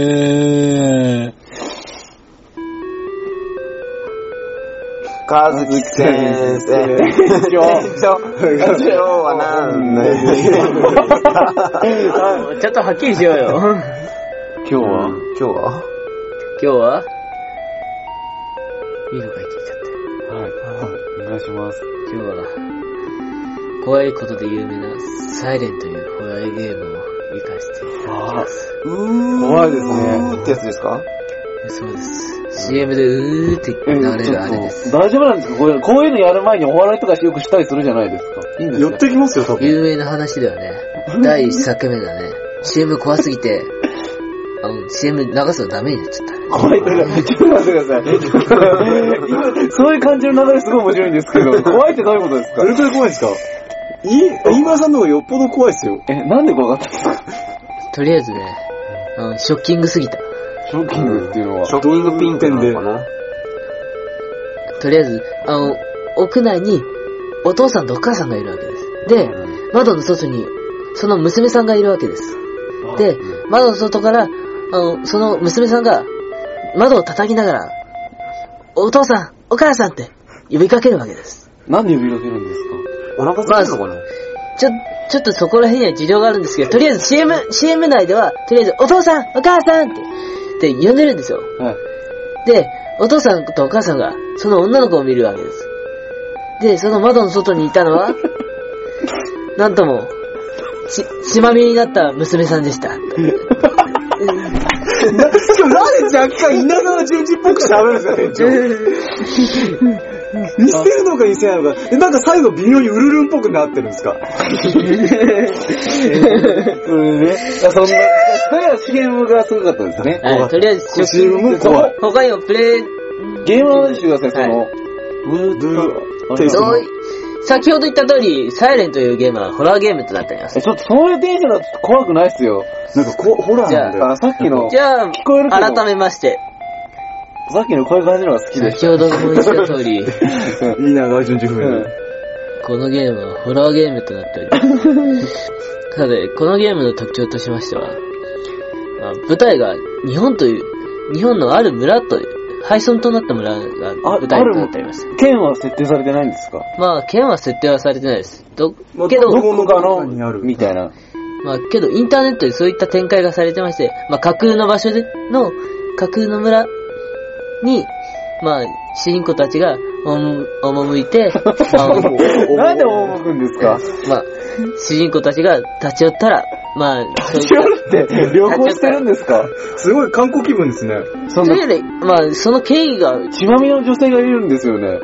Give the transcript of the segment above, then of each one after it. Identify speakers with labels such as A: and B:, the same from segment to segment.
A: え
B: かずき先生。
A: 天井
B: 天井は何
C: あちょっとはっきりしようよ。
D: 今日は、
B: 今日は
C: 今日はいいのかい聞いちゃって。
D: はい。お願いします。
C: 今日は、怖いことで有名なサイレンというホラーゲームを生かしていただきます。
B: うー
D: 怖いですね
B: うーってやつですか
C: そうです。CM でうーって流れるあれです。
D: 大丈夫なんですかこれこういうのやる前にお笑いとかよくしたりするじゃないですか。いいんです
B: 寄
D: ね
B: ってきますよ、多分。
C: 有名な話だよね。第1作目だね。CM 怖すぎて、あの、CM 流すのダメになっちゃったね。
D: 怖いとか、ちょっと待ってください。今そういう感じの流れすごい面白いんですけ ど、怖いってどういうことです
B: ど
D: か
B: れくらい怖いですかい、飯村さんの方がよっぽど怖いですよ。
D: え、なんで怖かったんですか
C: とりあえずね、あの、ショッキングすぎた。
D: ショッキングっていうのは。
B: ョッキングピンクなのかな
C: とりあえず、あの、屋内にお父さんとお母さんがいるわけです。で、窓の外にその娘さんがいるわけです。で、窓の外から、あの、その娘さんが窓を叩きながら、お父さん、お母さんって呼びかけるわけです。
D: なんで呼びかけるんですか
B: お腹空いてるのかな
C: ちょ、ちょっとそこら辺には事情があるんですけど、とりあえず CM、CM 内では、とりあえず、お父さん、お母さんって、って呼んでるんですよ。
D: はい。
C: で、お父さんとお母さんが、その女の子を見るわけです。で、その窓の外にいたの は、なんとも、し、血まみれになった娘さんで した。
B: しかもなんで若干田舎の重鎮っぽく喋るんですか、店長。似てるのか似せないのか。で、なんか最後微妙にウルルンっぽくなってるんですか。
D: うんね。あそんな、それは CM がすごかったですね。
C: はい、とりあえず、ショッキング
D: も怖い
C: 他にもプレイ、
D: ゲームなんしてください、その。
B: テイスト
C: どうい先ほど言った通り、サイレンというゲームはホラーゲームとなっておりま
D: え、
C: す。
D: ちょっとそういうテンションだと怖くないっすよ。
B: なんかこう、ホラーなんだよ
D: あ、。さっきの、
C: じゃあ
D: 聞こえる、けど
C: 改めまして、
D: さっきのこういう感じのが好きでし
C: 先ほども言った通 り、
B: いいな、外順地
D: た。
B: 風
D: うん
B: に。
C: このゲームはホラーゲームとなっております。 さて、このゲームの特徴としましては、まあ舞台が日本という、日本のある村という、廃村となった村が
D: あ
C: 舞台となっております。
D: 剣は設定されてないんですか
C: まあ、県は設定はされてないです。ど、け
B: ど
C: ど、
B: この
D: か
B: 中にある
D: みたいな。
C: まあ、けど、インターネットでそういった展開がされてまして、まあ、架空の場所での、架空の村に、まあ、主人公たちが、おも、赴いて、まあ
D: なんで大向くんですか
C: まあ、主人公たちが立ち寄ったら、まあ、そういった
D: って旅行してるんですか
B: すごい観光気分ですね。
D: そん
C: と
D: な
C: いう、より、まあ、その経緯が
D: 血まみれの女性がいるんですよね。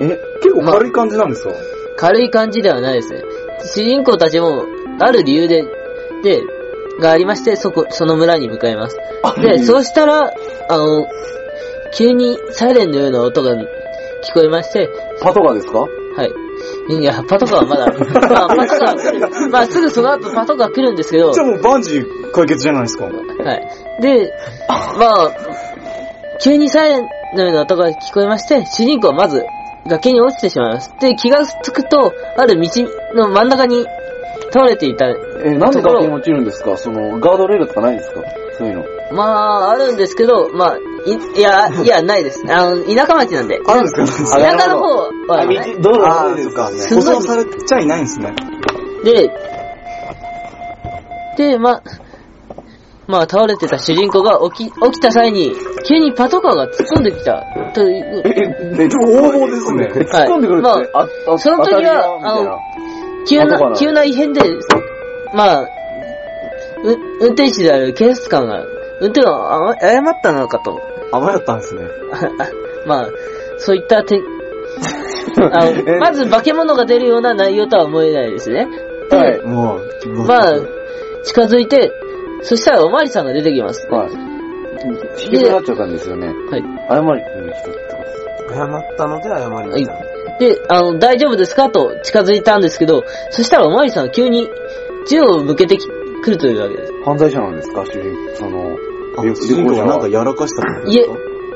D: え
B: 結構軽い感じなんですか
C: 軽い感じではないですね。主人公たちも、ある理由で、で、がありまして、そこ、その村に向かいます。で、そうしたら、あの、急にサイレンのような音が聞こえまして、
D: パトカーですか
C: はい。いや、パトカーはまだ、まあ、パトカーは来る。まあ、すぐその後パトカー来るんですけど、
B: じゃあもうバンジー解決じゃないですか。
C: はい。で、まあ、急にサイレンのような音が聞こえまして、主人公はまず崖に落ちてしまいます。で、気がつくと、ある道の真ん中に倒れていた。
D: え、なんで崖に落ちるんですかその、ガードレールとかないんですかそういうの。
C: まあ、あるんですけど、まあ、いいや、いや、ないです。あの、田舎町なんで。
B: あるんですか
C: 田舎の方はない、
D: どう
B: あ
D: だ
B: あ、そうか。
C: すご
B: 舗
C: い
B: 装されちゃいないんですね。
C: で、で、ま、まあ倒れてた主人公が起き、起きた際に、急にパトカーが突っ込んできた、という、
D: え、
B: 横暴ですね
D: 突っ込んでくるって、
C: ま
D: ああ
C: その時は
D: 当たり屋みたいな
C: あの急
D: パトカーな
C: な、
D: の
C: 急な異変で、まあ、う、運転手である警察官が、運転をあ誤ったのかと、
B: 甘やったんですね。
C: ああまあ、そういったて、あ のまず化け物が出るような内容とは思えないですね。で、
D: はい
B: もう、
C: まあ、近づいて、そしたらおまわりさんが出てきます。
D: はい。引きくなっちゃったんですよね。
C: はい。
D: 謝りに来たってことです。
B: 謝ったので謝り
C: はい。で、あの、大丈夫ですかと近づいたんですけど、そしたらおまわりさんが急に銃を向けてきくるというわけです。
D: 犯罪者なんですか主人、その、
B: あ
D: 旅
B: 主人公
D: 旅
B: が
D: 行
B: なんかやらかしたの
C: いえ、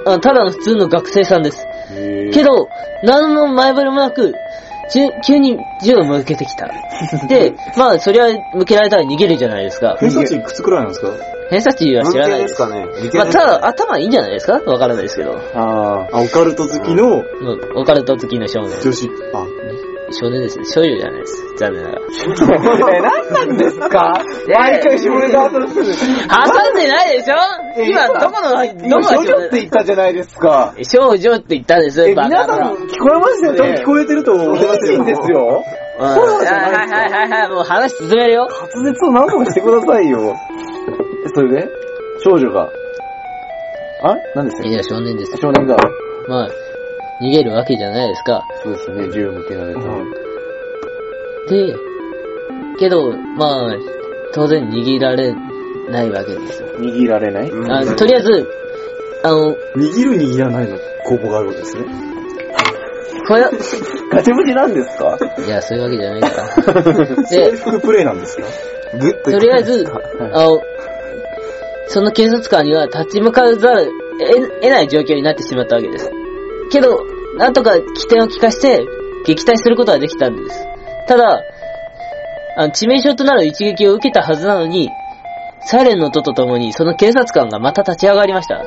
C: あただの普通の学生さんです。
D: へー
C: けど、何の前触れもなく、じゅ急に銃を向けてき た。で、まあ、そりゃ向けられたら逃げるじゃないですか。
B: 偏差値いくつくらいなんですか
C: 偏差値は知らない
E: で
C: ですす。
E: かね。理系
C: まあ、
E: ですか
C: ただ、頭いいんじゃないですかわからないですけど。
B: ああ、オカルト好きの
C: もうオカルト好きの少年。
B: 女子。あ、
C: 少年ですね。少女じゃないです。残念ながら。
D: え、なんなんです か毎回下ネタ後でする。
C: 挟んでないでしょ
D: え
C: 今、どこの、ど
D: 今、
C: こ
D: 少
C: の
D: 女って言ったじゃないですか。
C: 少女って言ったんです
D: え、
C: よ、
D: 皆さん
C: うん
D: 聞こえましたよ
B: 多分
D: ね
B: 聞こえてると思います
D: いいん
B: よ。
D: ですよ。そうじゃ
C: はい
D: な
C: はいい
D: ですか
C: はいはい、もう話進めるよ。
D: 滑舌を何とかしてくださいよ。それで少女が。あ何です
C: いや、少年ですよ。
D: 少年が。
C: まあ、逃げるわけじゃないですか。
D: そうですね、銃向けられた。
C: で、けど、まあ、当然握られないわけですよ。
D: 握られない
C: あのとりあえず、あの、
B: 握る握らないの工房があるわけですね。
C: これ、
D: ガチムチなんですか
C: いや、そういうわけじゃないから。で、
B: 副プレイなんですか
E: グッと
C: とりあえず、あの、その警察官には立ち向かざるえ得ない状況になってしまったわけです。けど、なんとか起点を利かして撃退することはできたんです。ただ、あの致命傷となる一撃を受けたはずなのに、サイレンの音とともにその警察官がまた立ち上がりました。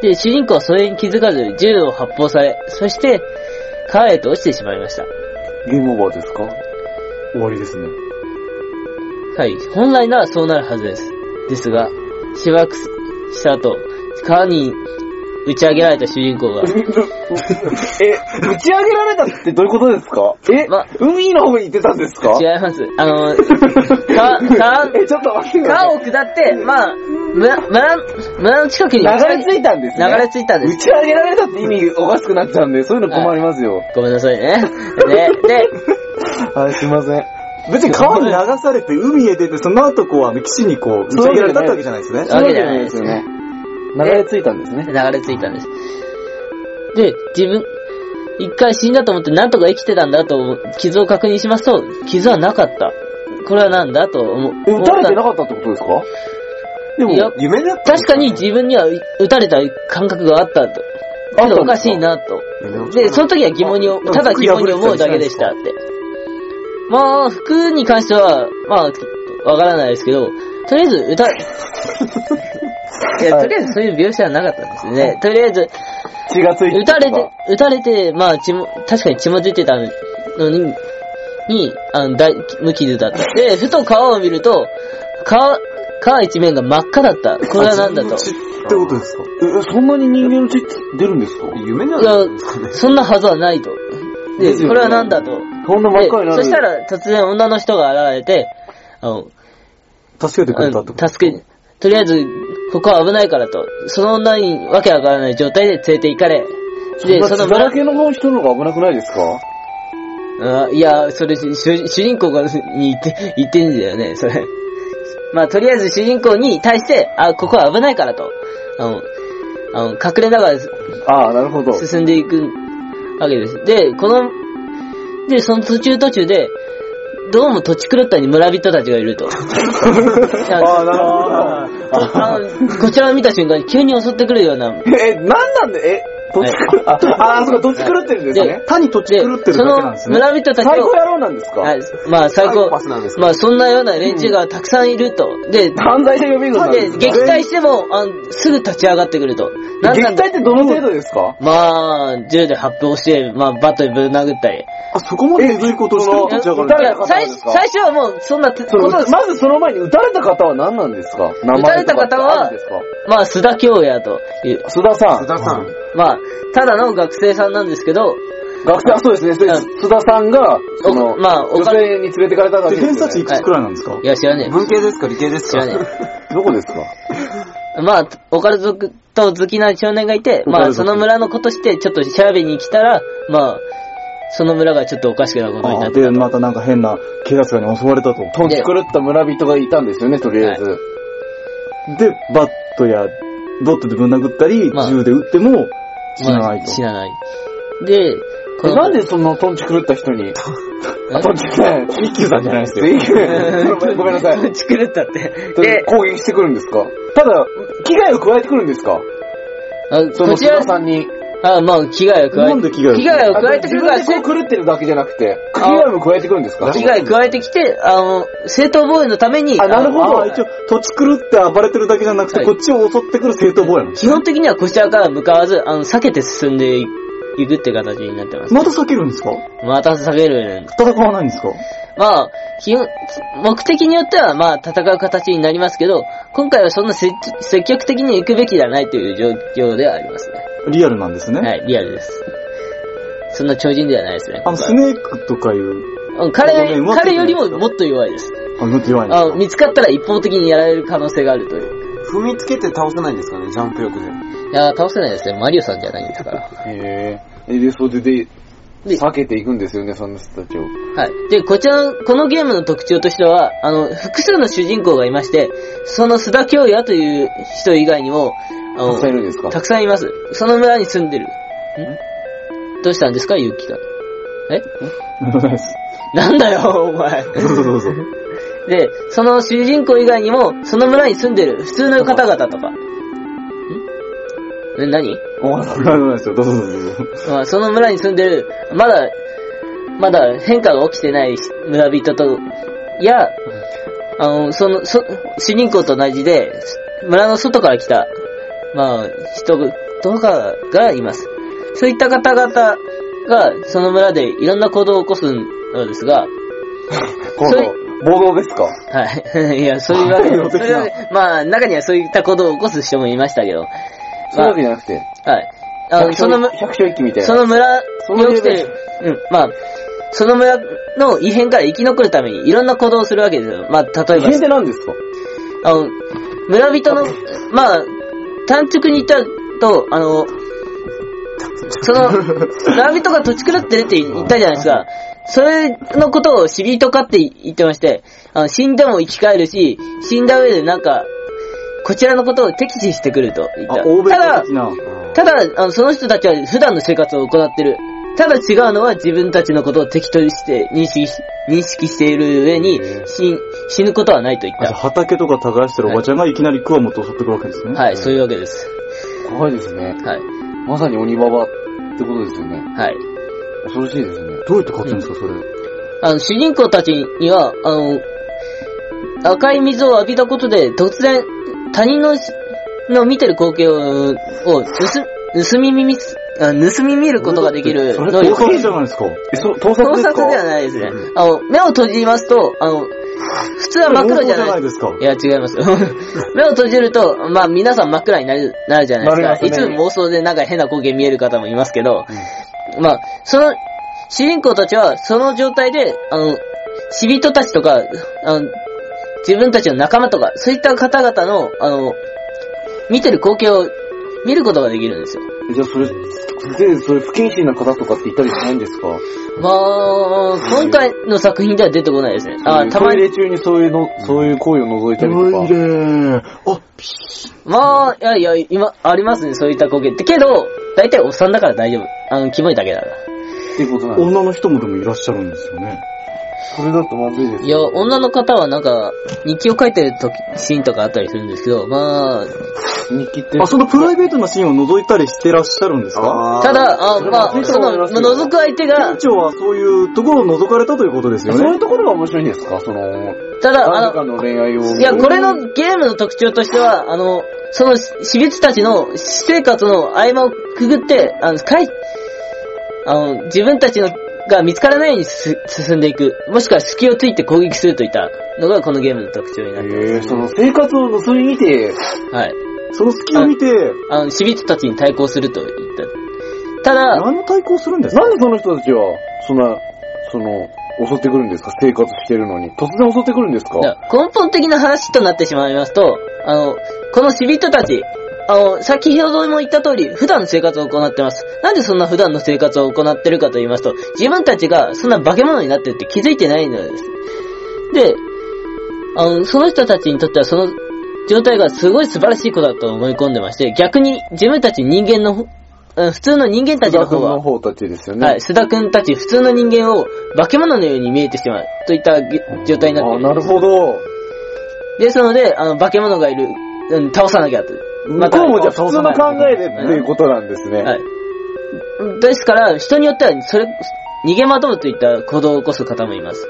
C: で、主人公はそれに気づかず銃を発砲され、そして川へと落ちてしまいました。
D: ゲームオーバーですか
B: 終わりで すね。
C: はい。本来ならそうなるはずです。ですが、しばらくした後、川に打ち上げられた主人公が、
D: え、打ち上げられたってどういうことですかえ、
C: ま
D: 海の方に行ってたんですか
C: 違います。あの、川、川、
D: え、ちょっと待ってくださ
C: 川
D: い。
C: を下って、まあ、村、村、村の近くに
D: 流れ着いたんですね。
C: 流れ着いたんです
D: 打ち上げられたって意味おかしくなっちゃうんで、そういうの困りますよ。
C: ごめんなさいね。で、で、
D: はい、すいません。
B: 別に川に流されて海へ出て、その後こう、あの、岸にこう、打ち上げられたってわけじゃないですね。
C: わけじゃないですね。
D: 流れ着いたんですね。
C: 流れ着いたんです。で、自分、一回死んだと思ってなんとか生きてたんだと思う、傷を確認しますと、傷はなかった。これはなんだと思う。
D: え、撃たれてなかったってことですかで
C: いや
D: も、夢だ
C: 確かに自分には打たれた感覚があったと。けどおかしいなと。で、その時は疑問に、ただ疑問に思うだけでしたって。まあ、服に関しては、まあ、わからないですけど、とりあえず 歌、いや、とりあえずそういう描写はなかったんですね。とりあえず、
D: 血がついて
C: 打たれて、打たれて、まあ、血も、確かに血も出てたのに、に、あの、大、無傷だった。で、ふと川を見ると、川、川一面が真っ赤だった。これはなんだと。
B: ってことですか
D: え、そんなに人間の血って出るんですか
E: 夢ない
C: や
E: の
C: そんなはずはないと。で、
D: ですよね
C: これはなんだと。
D: そんな真っ
C: で
D: 赤にな
C: そ
D: る。
C: したら突然女の人が現れて、あの、
B: 助けてくれたってこと
C: あの助け、とりあえず、ここは危ないからと。その女にわけわからない状態で連れて行かれ。で、
D: そ
C: そ
D: んな
C: の
D: 血だら
C: 村、
D: けの方人の方が危なくないですか
C: あいや、それ、主主人公がに言って、言ってんだよね、それ。まあ、とりあえず主人公に対して、あ、ここは危ないからと。あの、あの隠れながら
D: ああ、なるほど。
C: 進んでいくわけです。で、この、で、その途中途中で、どうも土地狂ったに村人たちがいると。
D: ああ、なるほど。
C: あのこちらを見た瞬間に急に襲ってくるような。
D: え、なんなんで、え、どっち狂あ、ああ、そうか、どっち狂ってるんですね。
B: 単に土地狂ってるだけ
C: そ
B: なん
C: の
B: ですね。
C: 村人たち
D: 最
C: を
D: 高、野郎なんですか
C: はいまあ最
E: サイコ
C: 高
E: パスなんです、か
C: まあそんなような連中がたくさんいると。で、で、
D: 犯罪者予備軍なんですか
C: 撃退しても、あのすぐ立ち上がってくると。なん
D: 撃
C: な
D: 退
C: んだ
D: ってどの程度ですか
C: まあ、銃で発砲して、まあバットでぶん殴ったり。
B: あ、そこまでえぐいことをして
D: その
B: 立ち上が
D: 撃た
B: る
D: れ
C: いや
D: た方
C: 最
D: ですか
C: 最初はもうそんなこと
D: そのまずその前に撃たれた方は何なんですか名前とかってあるんですか
C: まあ、須田京也という、
D: 須田さ
E: 須
D: ん。
E: 田さん。
C: まあ、ただの学生さんなんですけど、
D: 学生、あ、そうですね。それで須田さんが、その、
C: おまあお
D: 女性に連れてかれたわ
B: で
D: けですよ、
B: 偏
D: ね。
B: 差値いくつくらいなんですか
C: いや、知らね
E: 文系ですか理系です
C: 知
E: から
C: ね
D: どこですか
C: え。まあ、オカルト好きな少年がいて、ま
B: オカ
C: あ、
B: ルト
C: その村の子としてちょっと調べに来たら、まあ、その村がちょっとおかしくなことにな
B: あ
C: って、
B: で、またなんか変な警察官に襲われたと。
D: とんち狂った村人がいたんですよね、とりあえず。
B: で、バットや、ドットでぶん殴ったり、
C: まあ
B: 銃で撃っても、死な
C: ま
B: な
C: あ、
B: いと
C: 死。なない。で、こ
D: え
C: の、
D: なんでそのとんち狂った人に、あとんち狂った
B: 一休さんじゃないですよ。
D: 人ごめんなさ い。
C: ちくれたって。で、
D: 攻撃してくるんですかただ、危害を加えてくるんですか
C: あ
D: そ
C: こ
D: の
C: ち
D: 須
C: ら
D: 田、さんに。
C: あ、まあ、危害を加えて。
B: なんで危害を
C: 危害を加えてく
F: 自
C: るから、
F: 分で
C: せ
F: こう狂ってるだけじゃなくて、危害も加えてくるんですか
C: 危害を加えてきて、あの、正当防衛のために、
F: あなるほど
B: あー一応、土地狂って暴れてるだけじゃなくて、
C: はい
B: こっちを襲ってくる正当防衛なの。
C: 基本的にはこちらから向かわず、あの、避けて進んでいくって形になってます。
B: また避けるんですか
C: また下げる。
B: 戦わないんですか
C: まあ、基本、目的によっては、まあ、戦う形になりますけど、今回はそんな積積極的に行くべきではないという状況ではありますね。
B: リアルなんですね。
C: はい、リアルです。そんな超人ではないですね。
B: あの、スネークとかいう、
C: うん彼、
B: ごめん
C: 彼よりももっと弱いです。
B: あ、向き弱いんです
C: あ
B: か
C: 見つかったら一方的にやられる可能性があるという。
D: 踏みつけて倒せないんですかね、ジャンプ力で。
C: いやー、倒せないですね。マリオさんじゃないんですから。
D: へえ。で、それで、
C: で
D: 避けていくんですよね、その人たちを。
C: はい。で、こちらの、このゲームの特徴としては、あの、複数の主人公がいまして、その須田京也という人以外にも、あ
D: た
C: の
D: くさんいるんですか
C: たくさんいます。その村に住んでる。んどうしたんですか、ゆうきが。え
B: なんでもないです。
C: なんだよ、お 前。
B: どうぞどうぞ。
C: で、その主人公以外にも、その村に住んでる普通の方々とか。んえ、何
B: お話がないですよ。どうぞどうぞどうぞ。
C: まあ、その村に住んでる、まだ、まだ変化が起きてない村人と、や、あの、その、そ、主人公と同じで、村の外から来た、まあ、人とかがいます。そういった方々が、その村でいろんな行動を起こすのですが、
D: こ
C: そ
D: の、暴動ですか
C: はい。 いや、そういうわけでも、それはねまあ、中にはそういった行動を起こす人もいましたけど、
D: そういうわけじゃなくて、
C: はい。あの、そのむ、
D: 百姓一揆みたいな。
C: その村
D: そ
C: に
D: の
C: 起きてる、うん、まあ、その村の異変から生き残るためにいろんな行動をするわけですよ。まあ、例えば
D: 異、変って何ですか
C: あの、村人の、まあ、単直に言ったと、あの、その、村人が土地狂ってるって言ったじゃないですか。それのことを死人かって言ってまして、あの死んでも生き返るし、死んだ上でなんか、こちらのことを敵視してくると言っ
B: あ
C: た。、
B: 欧米
C: ただ
B: 的、な。
C: ただ、あの、その人たちは普段の生活を行ってる。ただ違うのは自分たちのことを敵として認識し、認識している上に死、死ぬことはないと言っ
B: あじゃ
C: た。
B: あ畑とか耕してるおばちゃんがいきなりクワモと襲ってくるわけですね。
C: はい、そういうわけです。
D: 怖いですね。
C: はい、
D: まさに鬼ババってことですよね。
C: はい。
D: 恐ろしいですね。
B: どうやって勝つんですか、それ。
C: あの、主人公たちには、あの、赤い水を浴びたことで、突然、他人のし、の見てる光景を、を盗、盗み耳す、あ盗み見ることができる
B: それ
C: 能力
B: 盗。撮じゃないですか。
D: え、そ、盗
C: 盗撮ではないですね。あの、目を閉じますと、あの、普通は真っ黒じゃない。
B: ですか。
C: いや、違います。 目を閉じると、まあ皆さん真っ暗になる、なるじゃない
D: なり
C: で
D: ますす
C: か。
D: ね
C: いつも妄想でなんか変な光景見える方もいますけど、まあ、その、主人公たちは、その状態で、あの、死人たちとか、あの、自分たちの仲間とか、そういった方々の、あの、見てる光景を見ることができるんですよ。
D: じゃあそれ、で、それ不謹慎な方とかって言ったりしないんですか
C: まあ、今回の作品では出てこないですね。あ、たま
D: トイ
C: に、
D: レ中にそういうの、そういう行為を覗いたりと
B: トイ
D: か。
B: レー。あ、
C: まあ、いやいや、今、ありますね、そういった光景って。けど、大体おっさんだから大丈夫。あの、キモいだけだから。
D: っていうことなんです。
B: 女の人もでもいらっしゃるんですよね。
D: それだとまずいです。
C: いや、女の方はなんか、日記を書いてる時、シーンとかあったりするんですけど、まあ、
D: 日記って。
B: あ、そのプライベートなシーンを覗いたりしてらっしゃるんですか
D: あー
C: た、だ、あ
D: それ
C: ま
D: は
C: あ、その、覗く相手が
B: 店、長はそういうところを覗かれたということですよ
D: そうい
B: ね
D: う。ところが面白いんですかその、
C: ただ、
D: 男
C: あ
D: 女間の恋愛を。
C: の、いや、これのゲームの特徴としては、あの、その、私立たちの私生活の合間をくぐって、あの、かい、あの、自分たちの、が見つからないようにす進んでいく。もしくは隙をついて攻撃するといったのがこのゲームの特徴になってます。
D: えー、その生活を盗み 見て、
C: はい。
B: その隙を見て、
C: あの、私立たちに対抗すると言った。ただ、
B: 何の対抗するんですか
D: なんでその人たちは、そんな、その、襲ってくるんですか生活してるのに。突然襲ってくるんですか
C: だ根本的な話となってしまいますと、あの、この死人たち、あの、先ほども言った通り、普段の生活を行ってます。なんでそんな普段の生活を行ってるかと言いますと、自分たちがそんな化け物になってるって気づいてないのです。で、あの、その人たちにとってはその状態がすごい素晴らしいことだと思い込んでまして、逆に自分たち人間の、うん普通の人間たちの方
D: 君
C: は
D: の、方たちですよね。
C: はい、須田くんたち普通の人間を化け物のように見えてしまうといったげ状態になって
D: あ、
C: る。
D: なるほど。
C: ですので、あの、化け物がいる、うん、倒さなきゃと。
D: 向こうもじゃあ普通の考えでっていうことなんですね。
C: はい。ですから、人によっては、それ、逃げ惑うといった行動を起こす方もいます。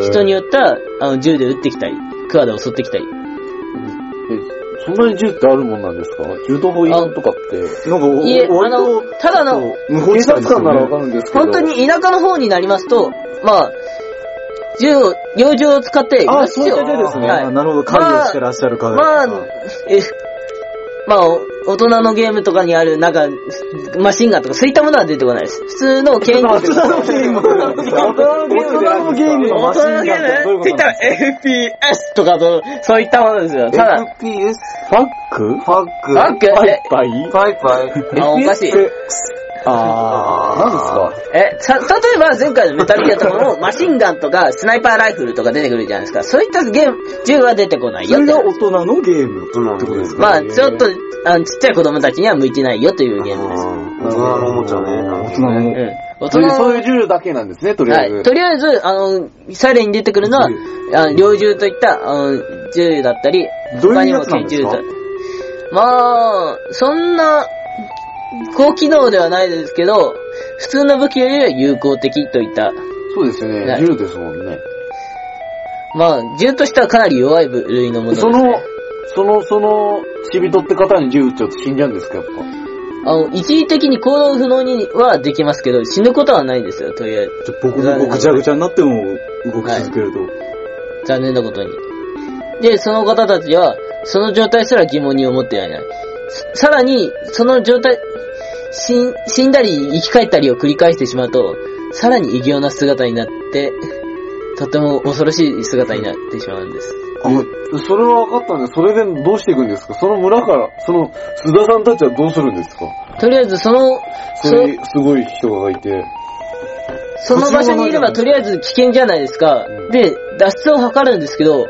C: 人によっては、あの、銃で撃ってきたり、クワで襲ってきたり。
D: そんなに銃ってあるもんなんですか銃刀法違反とかって。
B: なんか、お
C: いえ、あ
B: 割
C: の
B: と、、
C: ただの、
B: 無法
D: 警
B: 地
D: 察
B: 帯ですよ
D: 官ならわ
B: ね
D: か。るんですけど。
C: 本当に田舎の方になりますと、まあ、銃を、猟銃を使っていま
B: あ、
C: す
B: そう
C: よ。
B: いった手ですね。
C: はい
B: あなるほど。関与してらっしゃる方
C: まあ、え、まあ、お大人のゲームとかにある、なんか、マシンガンとか、そういったものは出てこないです。普通の剣
B: 大人のゲーム。大人のゲームの
C: 大
B: マシ
C: 人の
B: ン
C: ゲ
B: ガンってど
C: ー
B: ういう
C: ム
B: こ
C: って
B: と
C: 言った
B: なん
C: ら FPS とかと、そういったものですよ。ただ、
F: FPS?
D: ファック
F: ファック。
C: バック、え、
D: バイ
F: パイパイ。
C: あ、おかしい。
D: あー。何ですか
C: え、た、例えば前回のメタルギアとかも、マシンガンとか、スナイパーライフルとか出てくるじゃないですか。そういったゲーム、銃は出てこない
B: そ
C: よっ
B: れ
C: て
B: が。大人のゲームってことですか
C: まあ、ちょっと、あの、ちっちゃい子供たちには向いてないよというゲームです。
F: 大人のおもちゃね。
B: 大人の
C: うん。大人
D: そういう
C: の
D: そういう銃だけなんですね、とりあえず。
C: はい。とりあえず、あの、サイレンに出てくるのは、あの猟銃といった、あの、銃だったり、
B: どう
C: 他
B: いう
C: に
B: や
C: も
B: つなん
C: 拳
B: です
C: 銃
B: か
C: だまあ、そんな、高機能ではないですけど、普通の武器よりは有効的といった、
D: そうですよ
C: は
D: ね
C: い。
D: 銃ですもんね。
C: まあ、銃としてはかなり弱い部類のものです、
D: そ
C: ね。
D: の、その、その、死人って方に銃撃っちゃうと死んじゃうんですか、やっぱ。
C: あの、一時的に行動不能にはできますけど、死ぬことはないんですよ、とりあえず。
B: じゃあ僕がぐちゃぐちゃになっても動き続けると。
C: 残念なことに。で、その方たちは、その状態すら疑問に思ってはいない。ささらに、その状態、死ん死んだり生き返ったりを繰り返してしまうと、さらに異形な姿になって、とても恐ろしい姿になってしまうんです。
D: あ、それは分かったんで、それでどうしていくんですかその村から、その、須田さんたちはどうするんですか
C: とりあえず、その、そ
D: そういう、すごい人がいて。
C: その場所にいればとりあえず危険じゃないですか。で、脱出を図るんですけど、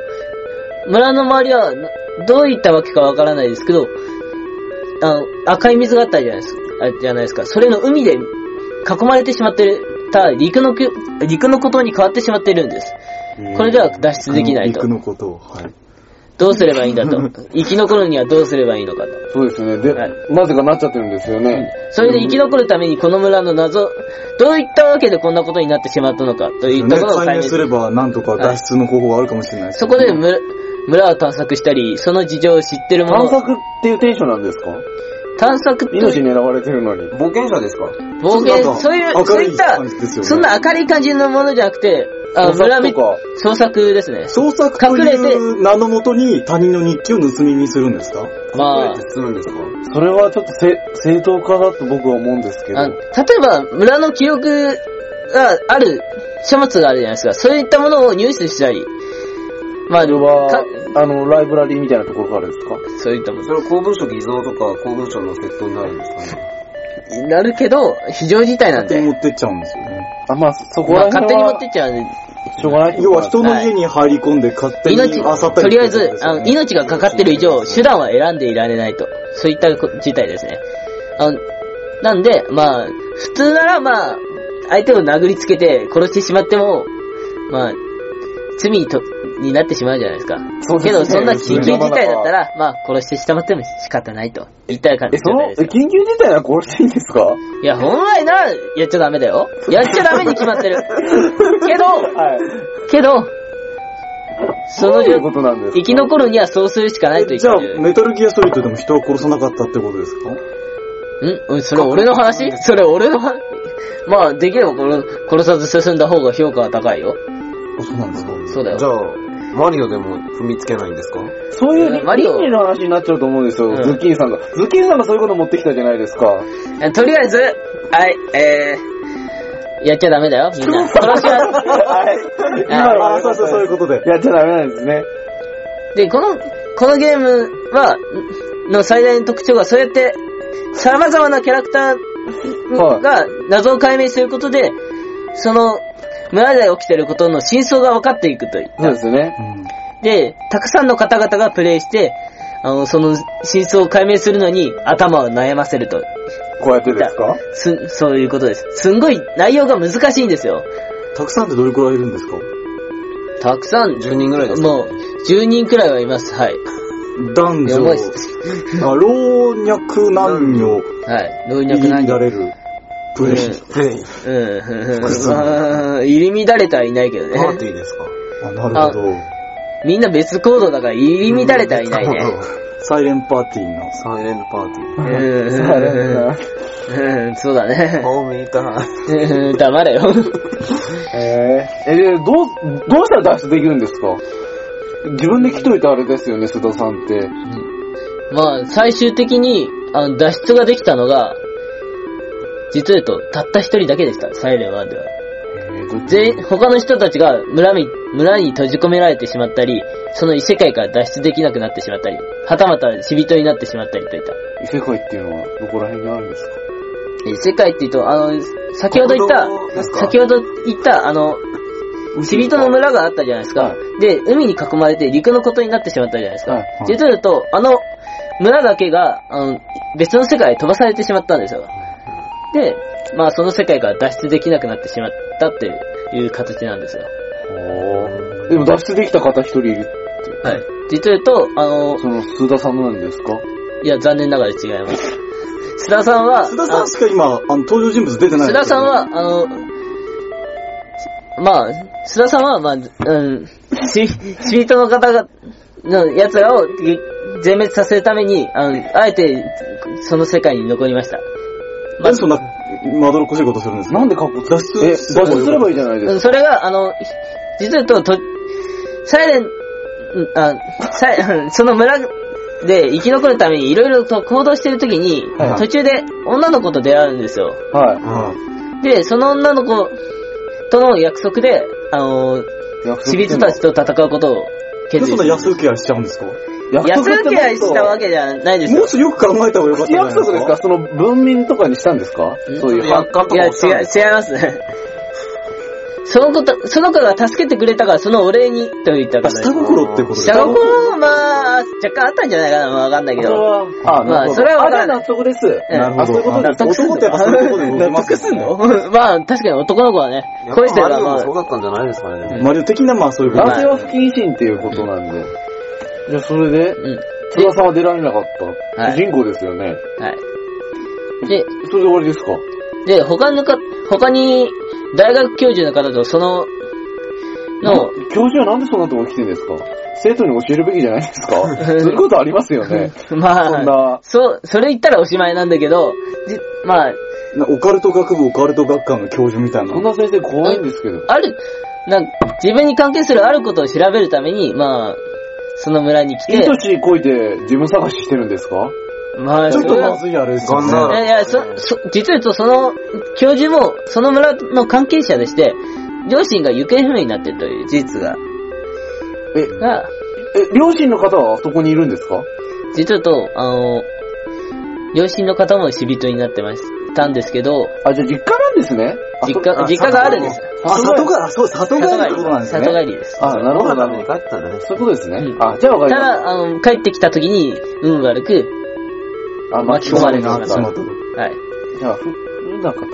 C: 村の周りはどういったわけかわからないですけど、あの、赤い水があったじゃないですか。あじゃないですか。それの海で囲まれてしまってる、た陸のく、陸の孤島に変わってしまってるんです。これでは脱出できないと
B: 陸。のことを。はい。
C: どうすればいいんだと。生き残るにはどうすればいいのかと。
D: そうですね。で、
C: はい
D: なぜかなっちゃってるんですよね。
C: それで生き残るためにこの村の謎、どういったわけでこんなことになってしまったのかといっ
B: ね、
C: たことを
B: 解
C: 解明
B: 明
C: す
B: す
C: る
B: れば、なんとか脱出の方法はあるかもしれないです
C: そ
B: ね、
C: こで村村を探索したり、その事情を知ってるも
D: 探
C: の、
D: 索っていうテンションなんですか
C: 探索って、
D: 命狙われてるのに。
F: 冒険者ですか
C: 冒険、
B: ち
C: そうい
B: ょ
C: う、そ
B: っと
C: う
B: なんか明る
C: いった
B: 感じ、ですよね
C: そんな明るい感じのものじゃなくて、あ
D: 探
C: 村
D: 索
C: み
D: と、か。
C: 創作ですね。
B: 創作という名のもとに他人の日記を盗み見するんですか
C: まあ、
F: するんですか
D: それはちょっと正、正当化だと僕は思うんですけど。
C: あ例えば、村の記憶がある書物があるじゃないですか。そういったものを入手したり、まあ、
D: それ
C: か
D: は、あの、ライブラリーみたいなところからですか
C: そういったも
F: それは公文書偽造とか公文書の窃盗になるんですかね
C: のになるけど、非常事態なん
B: 勝手
C: で、
B: に
C: ま
B: 持ってっちゃうんですよね。
D: あ、まあ、そこ
C: あ、
D: ら
C: 勝
D: 辺は、
C: 手に持ってっちゃうんで、
D: しょうがないと
B: 要
D: ころ
B: は
D: なんです
B: 人の家に入り込んで勝手に
C: 命、
B: 漁ったり
C: とりあえ
B: って
C: ず
B: こ、と
C: あの、
B: ですよね
C: 命がかかってる以上、手段は選んでいられないと。そういったこ事態ですね。あの、なんで、まあ、普通ならまあ、相手を殴りつけて殺してしまっても、まあ、罪にと、になってしまうじゃないですか。
D: そうです
C: け
D: ね
C: ど、そんな緊急事態だったら、まあ、殺してしまっても仕方ないと。言ったら感
D: え、
C: じ
D: その、え
C: ですよ。
D: 緊急事態はこれでいいんですかはい
C: や、本来なら、やっちゃダメだよ。やっちゃダメに決まってる。けど、
D: い。
C: けど、そ
D: ど
C: の
D: ういう
C: 状
D: ことなんですか
C: 生き残るにはそうするしかないと言
B: え
C: って
B: じゃ
C: る。
B: あ、メタルギアソリッドでも人は殺さなかったってことですか
C: んおいそれ俺の話それ俺の話 まあ、できれば殺殺さず進んだ方が評価は高いよ。
B: あそうなんですか
C: そうだ
F: じゃ
C: よ。
F: あ、マリオでも踏みつけないんですか
D: そういう
C: う
D: 倫
C: んマリオ
D: 理の話になっちゃうと思うんですよ、
C: うん
D: ズッキーンさんが。ズッキーンさんがそういうこと持ってきたじゃないですか。
C: えとりあえず、はい、えー、やっちゃダメだよ、みんな。殺しは。
D: 今の
B: ああ、そうそう、そういうことで。
D: やっちゃダメなんですね。
C: で、この、このゲームは、んの最大の特徴が、そうやって、様々なキャラクタ
D: は
C: ー
D: い
C: が謎を解明することで、その、村で起きてることの真相が分かっていくという。
D: そうですね。
C: で、たくさんの方々がプレイして、あの、その真相を解明するのに頭を悩ませると。
D: こうやってですか
C: す、そういうことです。すんごい内容が難しいんですよ。
B: たくさんってどれくらいいるんですか
C: たくさん、
F: ?10 人ぐらいですか
C: もう、10人くらいはいます。はい。
B: 男
C: や
B: 女
C: ばいっ、す。
B: あ老若男女、
C: はい。老
B: 入
C: 若男
B: り乱
C: 女。
B: れる。ブレイン。ブレイン。
C: うん。まあ、入り乱れてはいないけど
B: パー
C: ね。
B: ティーですか
F: あ、なるほど。
C: みんな別行動だから入り乱れてはいないね。
B: サイレンパーティーの。サイレンパーティ
C: う
B: ー。
C: ん。うん、そうだね。
B: おめた。う
C: うん黙れよ。
D: えー、えー、どう、どうしたら脱出できるんですか自分で来といてあれですよね、須田さんって。
C: まあ、最終的に、あの、脱出ができたのが、実を言うと、たった一人だけでした、サイレンワーでは。全員、他の人たちが村に、村に閉じ込められてしまったり、その異世界から脱出できなくなってしまったり、はたまた死人になってしまったりといった。
D: 異世界っていうのはどこら辺にあるんですか
C: え世界って言うと、あの、先ほど言った
B: 国道です、か
C: 先ほど言った、あの、死人の村があったじゃないですか。
D: はい
C: で、海に囲まれて陸のことになってしまったじゃないですか。
D: はい
C: 実を言うと、あの、村だけが、あの、別の世界へ飛ばされてしまったんですよ。で、まあその世界から脱出できなくなってしまったっていう形なんですよ。
D: でも脱出できた方一人いる。
C: はい。実を言うと、あの、
D: その須田さんのなんですか
C: いや、残念ながら違います。須田さんは、
B: 須田さんしか今、あの、登場人物出てない。
C: 須田さん、は、あの、まあ、須田さんは、まあ、うん、 シシビートの方が、の奴らをげ全滅させるために、あの、あえて、その世界に残りました。
B: なんでそんな、まどろっこしいことするんですか
D: なんで格好
B: 脱出
D: え、脱出すればいいじゃないです
C: う
D: か。
C: んそれが、あの、実は言うと、と、サイレン、うんあ、サイ、 その村で生き残るためにいろいろと行動してるときに、
D: はいはい
C: 途中で女の子と出会うんですよ。
D: はい。
B: うん。
C: で、その女の子との約束で、あの、
D: 約
C: シビーズたちと戦うことを
B: なん
C: 決
B: で
C: 意
B: そん
C: し
B: な
C: ます。
B: 安請け合いしちゃうんですか
C: 安請け合いしたわけじゃないです
B: も
C: よ
B: う。ちょいよく考えた方がよかったんじゃない
D: 約束ですかその文民とかにしたんですか
C: ん
D: そういう。
C: いや、
B: 発汗とかをしたん
C: 違う、違いますね。そのこと、その子が助けてくれたから、そのお礼に、と言ったから。
B: 下心ってことです
C: 下
B: か
C: 心もまあ、若干あったんじゃないかな、まあわかんないけど。
D: あ、
C: ま
D: なる
C: あ、
D: ほ
C: そ
D: ど。
C: れはわ
F: あ、
C: か
F: だ
C: んない。
F: 納得です。
B: なるほど。
D: あそういうこと
B: あ男ってやっぱそういうことで動きます、ね。
C: まあ、確かに男の子はね、恋してるから、まあ、
G: だったんじゃないですかね。
B: マリオ的な、まあそういうこと
D: 男性は不謹慎っていうことなんで。じゃあそれで、
C: うん。
D: 津田さんは出られなかった。
C: はい
D: 主人公ですよね。
C: はい。で、
D: それで終わりですか
C: で、他のか、他に、大学教授の方とその、の、
D: 教授はなんでそんなとこ来てんですか生徒に教えるべきじゃない ですかそういうことありますよね。そん
C: まあ、
D: な、
C: そう、それ言ったらおしまいなんだけど、じまあ、
B: なオカルト学部、オカルト学科の教授みたいな。
D: そんな先生怖いんですけど。
C: ある、なんか自分に関係するあることを調べるために、まあ、その村に来て、
D: 愛しい恋で自分探ししてるんですか
C: まあ、
B: ちょっ
C: そ
B: と
C: れ
B: ま
C: は
B: ずいあれですよね。
G: ガンダ
C: いやいや、そ、そ、実は言うとその、教授も、その村の関係者でして、両親が行方不明になってるという事実が、
D: え、
C: が、
D: え、両親の方はあそこにいるんですか
C: 実は言うと、あの、両親の方も死人になってましたんですけど、
D: あ、じゃあ実家なんですね。
C: 実家、実家があるんです。
B: あ、里が、あそう、里帰りってことなんですね。
C: 里帰りです。
D: あ、なるほど、なるほど。
G: 帰ったんだね。
D: そういうことですね。
C: うん
D: あ、じゃあわ
C: た
D: かりまし
C: だ、あの、帰ってきた時に、運悪く、
D: た。あ、
C: 巻き込まれてしまっ
D: なん
C: た
D: か。
C: はい。
D: じゃあ、ふ、ふな方って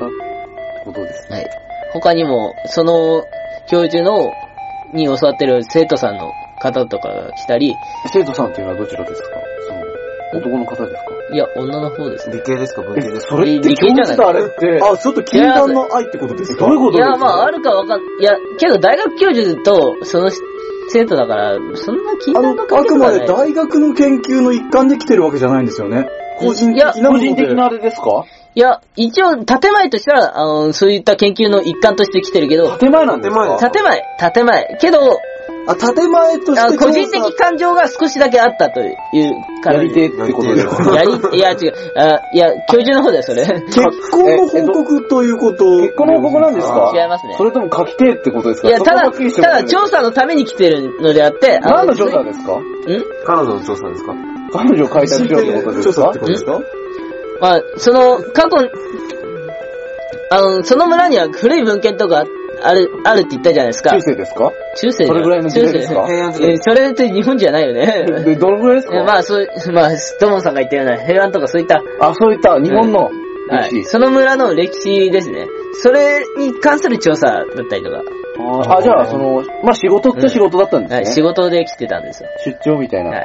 D: ことですね。
C: はい。他にも、その、教授の、に教わってる生徒さんの方とかが来たり、
D: 生徒さんっていうのはどちらですかその、男の方ですか
C: いや、女の方ですね。
G: 理系ですか、文系
D: え
G: で、すか。
D: それって
C: 理系
D: 教
C: じゃない
D: 授とあれって、
B: あ、ちょっと禁断の愛ってことですか
D: どういうこ
C: い
D: とですか
C: や、まあ、あるかわかん、いや、けど大学教授と、その生徒だから、そんな禁
B: あの、
C: 断の関係
B: あく
C: と
B: ま
C: か
B: で
C: ない。
B: 大学の研究の一環で来てるわけじゃないんですよね。個人的な
D: 個
B: もので。
D: 人的なあれですか
C: いや、一応、建前としたら、あの、そういった研究の一環として来てるけど、
D: 建前なんですか
C: 建前、建前。けど、
B: あ、建前とし
C: あ
B: て
C: 個人的感情が少しだけあったという感
D: や
C: じ。
D: り手ってことですか
C: やり、いや、違う。あいや、教授の方だよ、それ。違い
B: 結婚の報告ということ。
D: 結婚の報告なんですか
C: ますね
D: そ。れとも書き手ってことですか
C: いや、ただ、
D: そこははっきりして
C: た
D: ます
C: だ、調査のために来てるのであって、あ
D: 何の調査ですか
C: ん
G: 彼女の調査ですか
D: 彼女を解体しようってことです
B: 調査
D: か
B: ってことですか
C: まあ、その、過去、あの、その村には古い文献とかある、あるって言ったじゃないですか
D: 中。世ですか
C: 中世じゃん
D: それぐらいの時代ですか
C: 中世えそれって日本じゃないよね。
D: で、どのぐらいです
C: え
D: か
C: まあ、そう、まあ、ドモンさんが言ったような平安とかそういった、
D: あ、そういった日本の
C: は
D: 歴
C: い、
D: 史。
C: その村の歴史ですね。それに関する調査だったりとか、
D: あ、じゃあ、その、まあ仕事って仕事だったん
C: はい、
D: です
C: 仕
D: ね。
C: 事で来てたんですよ。
D: 出張みたい
C: は
D: な。
C: い。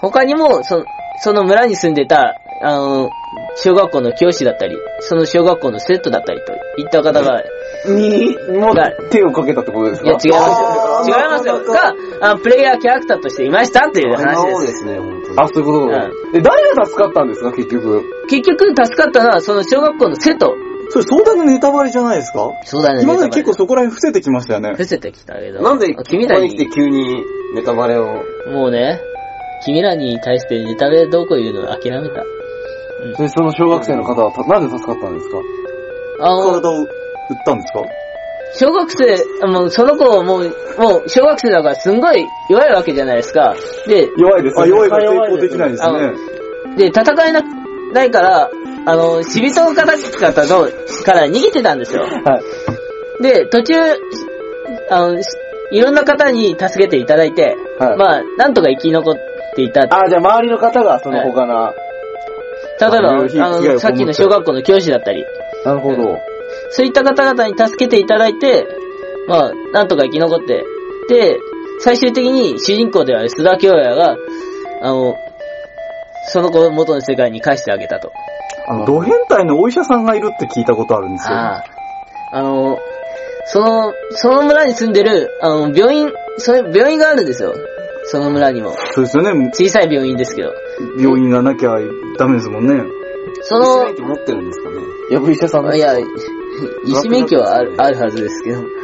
C: 他にも、そその村に住んでた、あの、小学校の教師だったり、その小学校の生徒だったりといった方が、
D: に、もう手をかけたってことです
C: いや、
D: か
C: 違いますよ。違いますよ。が、あのプレイヤーキャラクターとしていましたっていう話
G: そう
C: で。
G: ですすね、本当に。
D: あ、そういうことだえ、誰が助かったんですか、結局。
C: 結局、助かったのは、その小学校の生徒。
B: それ相談のネタバレじゃないですか
C: そうだね。
B: 今まで結構そこら辺伏せてきましたよね。
C: 伏せてきたけど。
G: なんで、君
C: 君ら
G: らに来て
C: に、
G: 急にネタバレを。
C: もうね、君らに対してネタでどうこう言うのは諦めた。
D: で、その小学生の方はた、なんで助かったんですか
C: あの、
B: 体を打ったんですか
C: 小学生、もうその子はもう、もう小学生だからすんごい弱いわけじゃないですか。で、
D: 弱いですよ
B: あ、
D: ね。
B: 弱いから抵抗できないですね。
C: で、戦えな、ないから、あの、死人の方々の、から逃げてたんですよ。で、途中、あの、しいろんな方に助けていただいて、
D: はい
C: まあ、なんとか生き残っていた。
D: あ、じゃあ周りの方が、その他な、
C: 例えば、あ
B: あいろいろ被害を被っ
C: の、
B: た
C: さっきの小学校の教師だったり、
D: なるほど。
C: そういった方々に助けていただいて、まあ、なんとか生き残って、で、最終的に主人公である須田京也が、あの、その子を元の世界に返してあげたと。
B: あの、ド変態のお医者さんがいるって聞いたことあるんですよ。
C: ああ。あの、その、その村に住んでる、あの、病院、それ、病院があるんですよ。その村にも。
B: そうですよね。
C: 小さい病院ですけど。
B: 病院がなきゃダメですもんね。
C: そ
G: 医師
C: の
G: 免、許持ってるんですかね。
D: やぶ医者さん
C: いや、医師免許はある
G: ブラックだったんですね
C: あるはずですけど。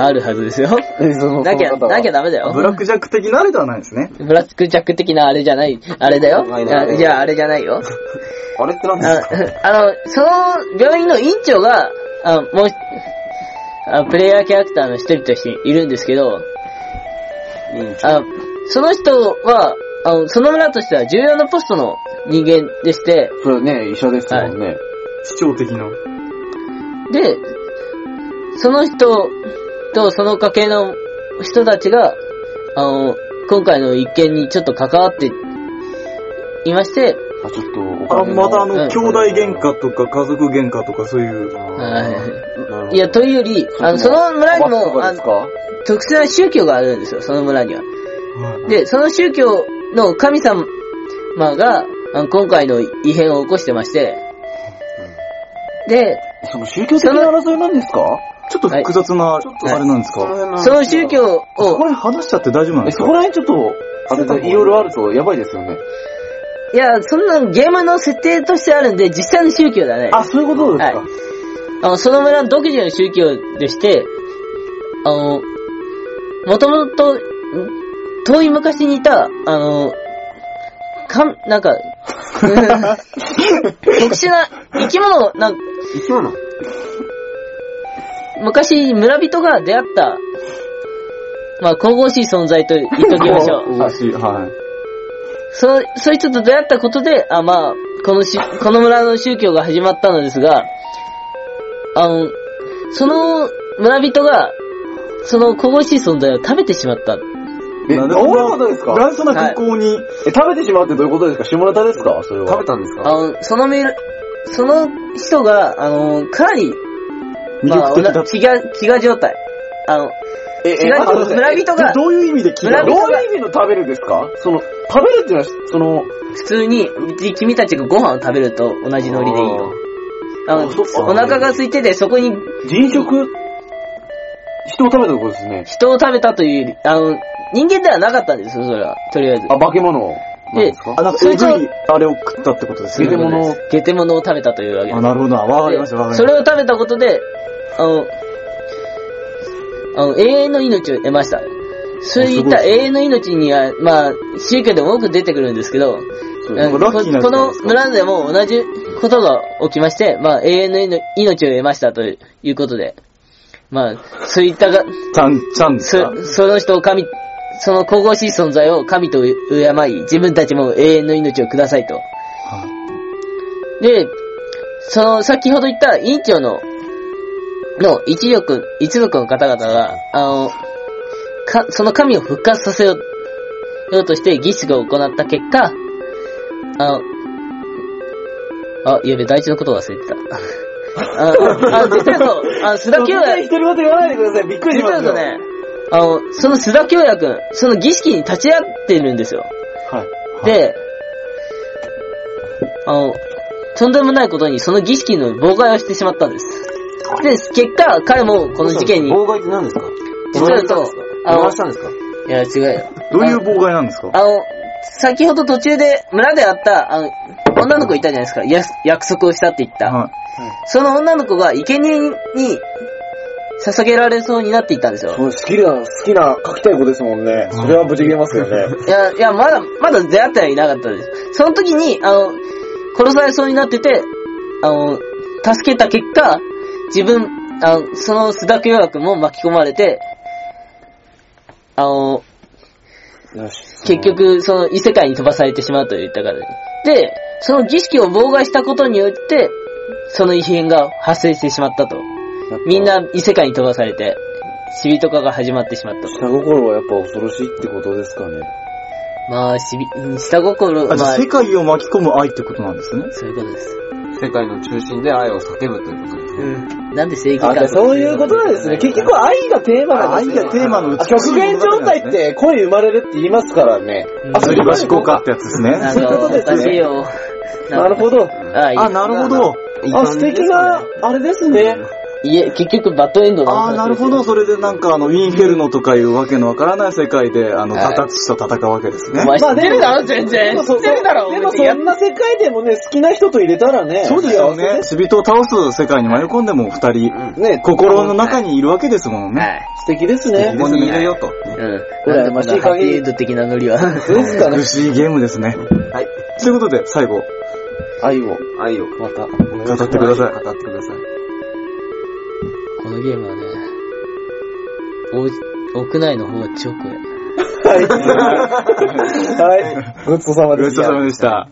C: ああるはずですよ。
D: え、その、
C: なきゃ、
D: その方は
C: なきゃダメだよ。
B: ブラックジャック的なあれではないですね。
C: ブラックジャック的なあれじゃない、あれだよ。
G: ないないない
C: あじゃああれじゃないよ。
G: あれって何です
C: あ
G: か
C: あの、その病院の院長が、あもう、あプレイヤーキャラクターの一人としているんですけど、あその人は、あのその村としては重要なポストの人間でして、
D: それね、医者ですもんね。
B: 市長的な。
C: で、その人とその家系の人たちが、あの、今回の一件にちょっと関わっていまして、
D: あ、ちょっと、お
B: あ、
D: 金の
B: またあの、
C: うん
B: 兄弟喧嘩とか家族喧嘩とかそういう。
C: はいいや、というより、あの、その村に
D: 幅と
C: も、
D: か
C: あ
D: です
C: の
D: か
C: 特殊な宗教があるんですよ、その村には。
B: はい
C: で、その宗教の神様が、あの今回の異変を起こしてまして、で、
D: その宗教的な争いなんですか
B: ちょっと複雑な、あれなんですか、
C: その宗教
B: そこ
C: を、
B: ら辺話しちゃって大丈夫なん
D: え、
B: です
D: そ
B: か
D: こら辺ちょっと、あれだ、いろいろあるとやばいですよね。
C: いや、そんなのゲームの設定としてあるんで、実際の宗教だね。
D: あ、そういうことですか
C: はあの、その村独自の宗教でして、あの、もともと、ん遠い昔にいた、あの、かん、なんか、 うん特殊な生き物、なん
G: 生き物
C: 昔村人が出会った、まあ、神々しい存在と言っときましょう。
B: らしい。はい。
C: そ、そいつと出会ったことで、あ、まあ、このし、この村の宗教が始まったのですが、あの、その村人が、その神々しい存在を食べてしまった。
D: え、
B: なんで
D: どういうことですか
B: 乱そな格好に、
D: え、食べてしまうってどういうことですか下ネタですかそれは。
G: 食べたんです
C: あ
G: か
C: の、そのみその人が、あの、かなり、
B: 魅
C: まあ、
B: 力
C: お
B: 的
C: な
B: だっ
C: 飢餓、飢餓状態。あの、
D: え、
C: 違
D: え、
C: う
D: 待って待って
C: 村人が
B: どういう意味で聞いた
C: 村
D: ど
C: 人
D: う
C: が
D: いう意味の食べるですかその、食べるっていうのは、その、
C: 普通に、君たちがご飯を食べると同じノリでいいよ。あの、お腹が空いてて、そこに
D: 人食、人を食べたとことですね。
C: 人を食べたという、あの、人間ではなかったんですよ、それは。とりあえず。
D: あ、化け物を。
C: で、
B: あ、なんか
C: そ
B: え
C: いつを
B: ぐい、あれを食ったってことです
D: ゲテ
B: ね。
D: モノを。
C: ゲテモノを食べたというわけで。
B: あ、なるほどな。わかりました、わかりますした。
C: それを食べたことで、あの、あの、永遠の命を得ました。そういった
B: あすごいですね
C: 永遠の命には、まあ、宗教でも多く出てくるんですけど、
B: なん
C: こ
B: かラッキーなん
C: こ
B: じゃない
C: の
B: ですか
C: 村でも同じことが起きまして、まあ、永遠の命命を得ましたということで、まあ、そういったが、
B: ちゃん、ちゃんですか
C: そ、その人を神、その神々しい存在を神と敬い、自分たちも永遠の命をくださいと。で、その、先ほど言った院長の、の一族、一族の方々が、あの、か、その神を復活させよう、ようとして儀式を行った結果、あの、あ、やべ、大事なことを忘れてた。あの、あの実はそう、あの、須田清也
D: 一、人ごと言わないでください。びっくり
C: 実
D: し
C: は
D: ます
C: そ
D: よ。
C: うね、あの、その須田京也くん、その儀式に立ち会ってるんですよ。
D: はい。
C: で、あの、とんでもないことにその儀式の妨害をしてしまったんです。で、結果、彼もこの事件に、
G: 妨害って何ですか
C: 実は言うと、あ
G: どう
C: の
G: し、たんですか
C: いや、違うよ。
B: どういう妨害なんですか
C: あの、先ほど途中で村で会った、あの、女の子いたじゃないですか。やす約束をしたって言った。
B: はい。
C: その女の子が生贄に捧げられそうになっていたんですよ。
D: 好きな、好きな書きたい子ですもんね。それはぶち切れますよ ね。
C: いや、いや、まだ、まだ出会ってはいなかったです。その時に、あの、殺されそうになってて、あの、助けた結果、自分、あの、その須田清也くんも巻き込まれて、あの、結局、その異世界に飛ばされてしまうといったからで。で、その儀式を妨害したことによって、その異変が発生してしまったと。みんな異世界に飛ばされて、シビとかが始まってしまったと。
D: 下心はやっぱ恐ろしいってことですかね。
C: まあ、しび、うん下心、
B: あ、じゃ
C: ま
B: あ
C: あ、
B: 世界を巻き込む愛ってことなんですね。
C: そういうことです。
G: 世界の中心で愛を叫ぶということですね。
C: うん。なんで正義
D: あ、じ
C: 感
D: ゃあそういうことなんですね。結局愛がテーマなん
B: 愛
D: ですね。
B: がテーマの美しい
D: 極限状態って恋生まれるって言いますからね。
C: うん
B: 釣り橋効果ってやつですね。
C: なん
D: そういうこ
C: か、
D: とで
C: お
D: すね
C: かしいよ。
D: なるほど。
C: ど。あ、いい
B: あ、なるほど。
D: あ、素敵な、あれですね。
C: いえ、結局バッドエンドの
B: ああ、
C: 話
B: なるほ
C: で
B: ど。それでなんか、あの、インフェルノとかいうわけのわからない世界で、あの、
C: はい
B: ダタクシと戦うわけですね
C: す。よ。お前
D: まあ
C: 知ってるだろ、全然。知ってるだろ、
D: でも
C: 別に
D: そんな世界でもね、好きな人と入れたらね。
B: そうですよね。死人を倒す世界に迷い込んでも、二人、
D: ね、
B: 心の中にいるわけですもんね。
C: はい。
D: 素敵ですね
G: こ。こにいるよと。
C: う。
D: うんん
C: なんまだハッピーエンド的なノリは。
D: ですかね
B: 苦。しいゲームですね。
G: はい。
B: ということで、最後、
D: 愛を。
G: 愛を。
D: また。
B: 語ってください。
G: 語ってください。
C: このゲームはね、お屋内の方は直へ。
D: はい。ごちそうさま
B: ご
D: で
B: ち
D: し
B: そう
D: た
B: さ。までした。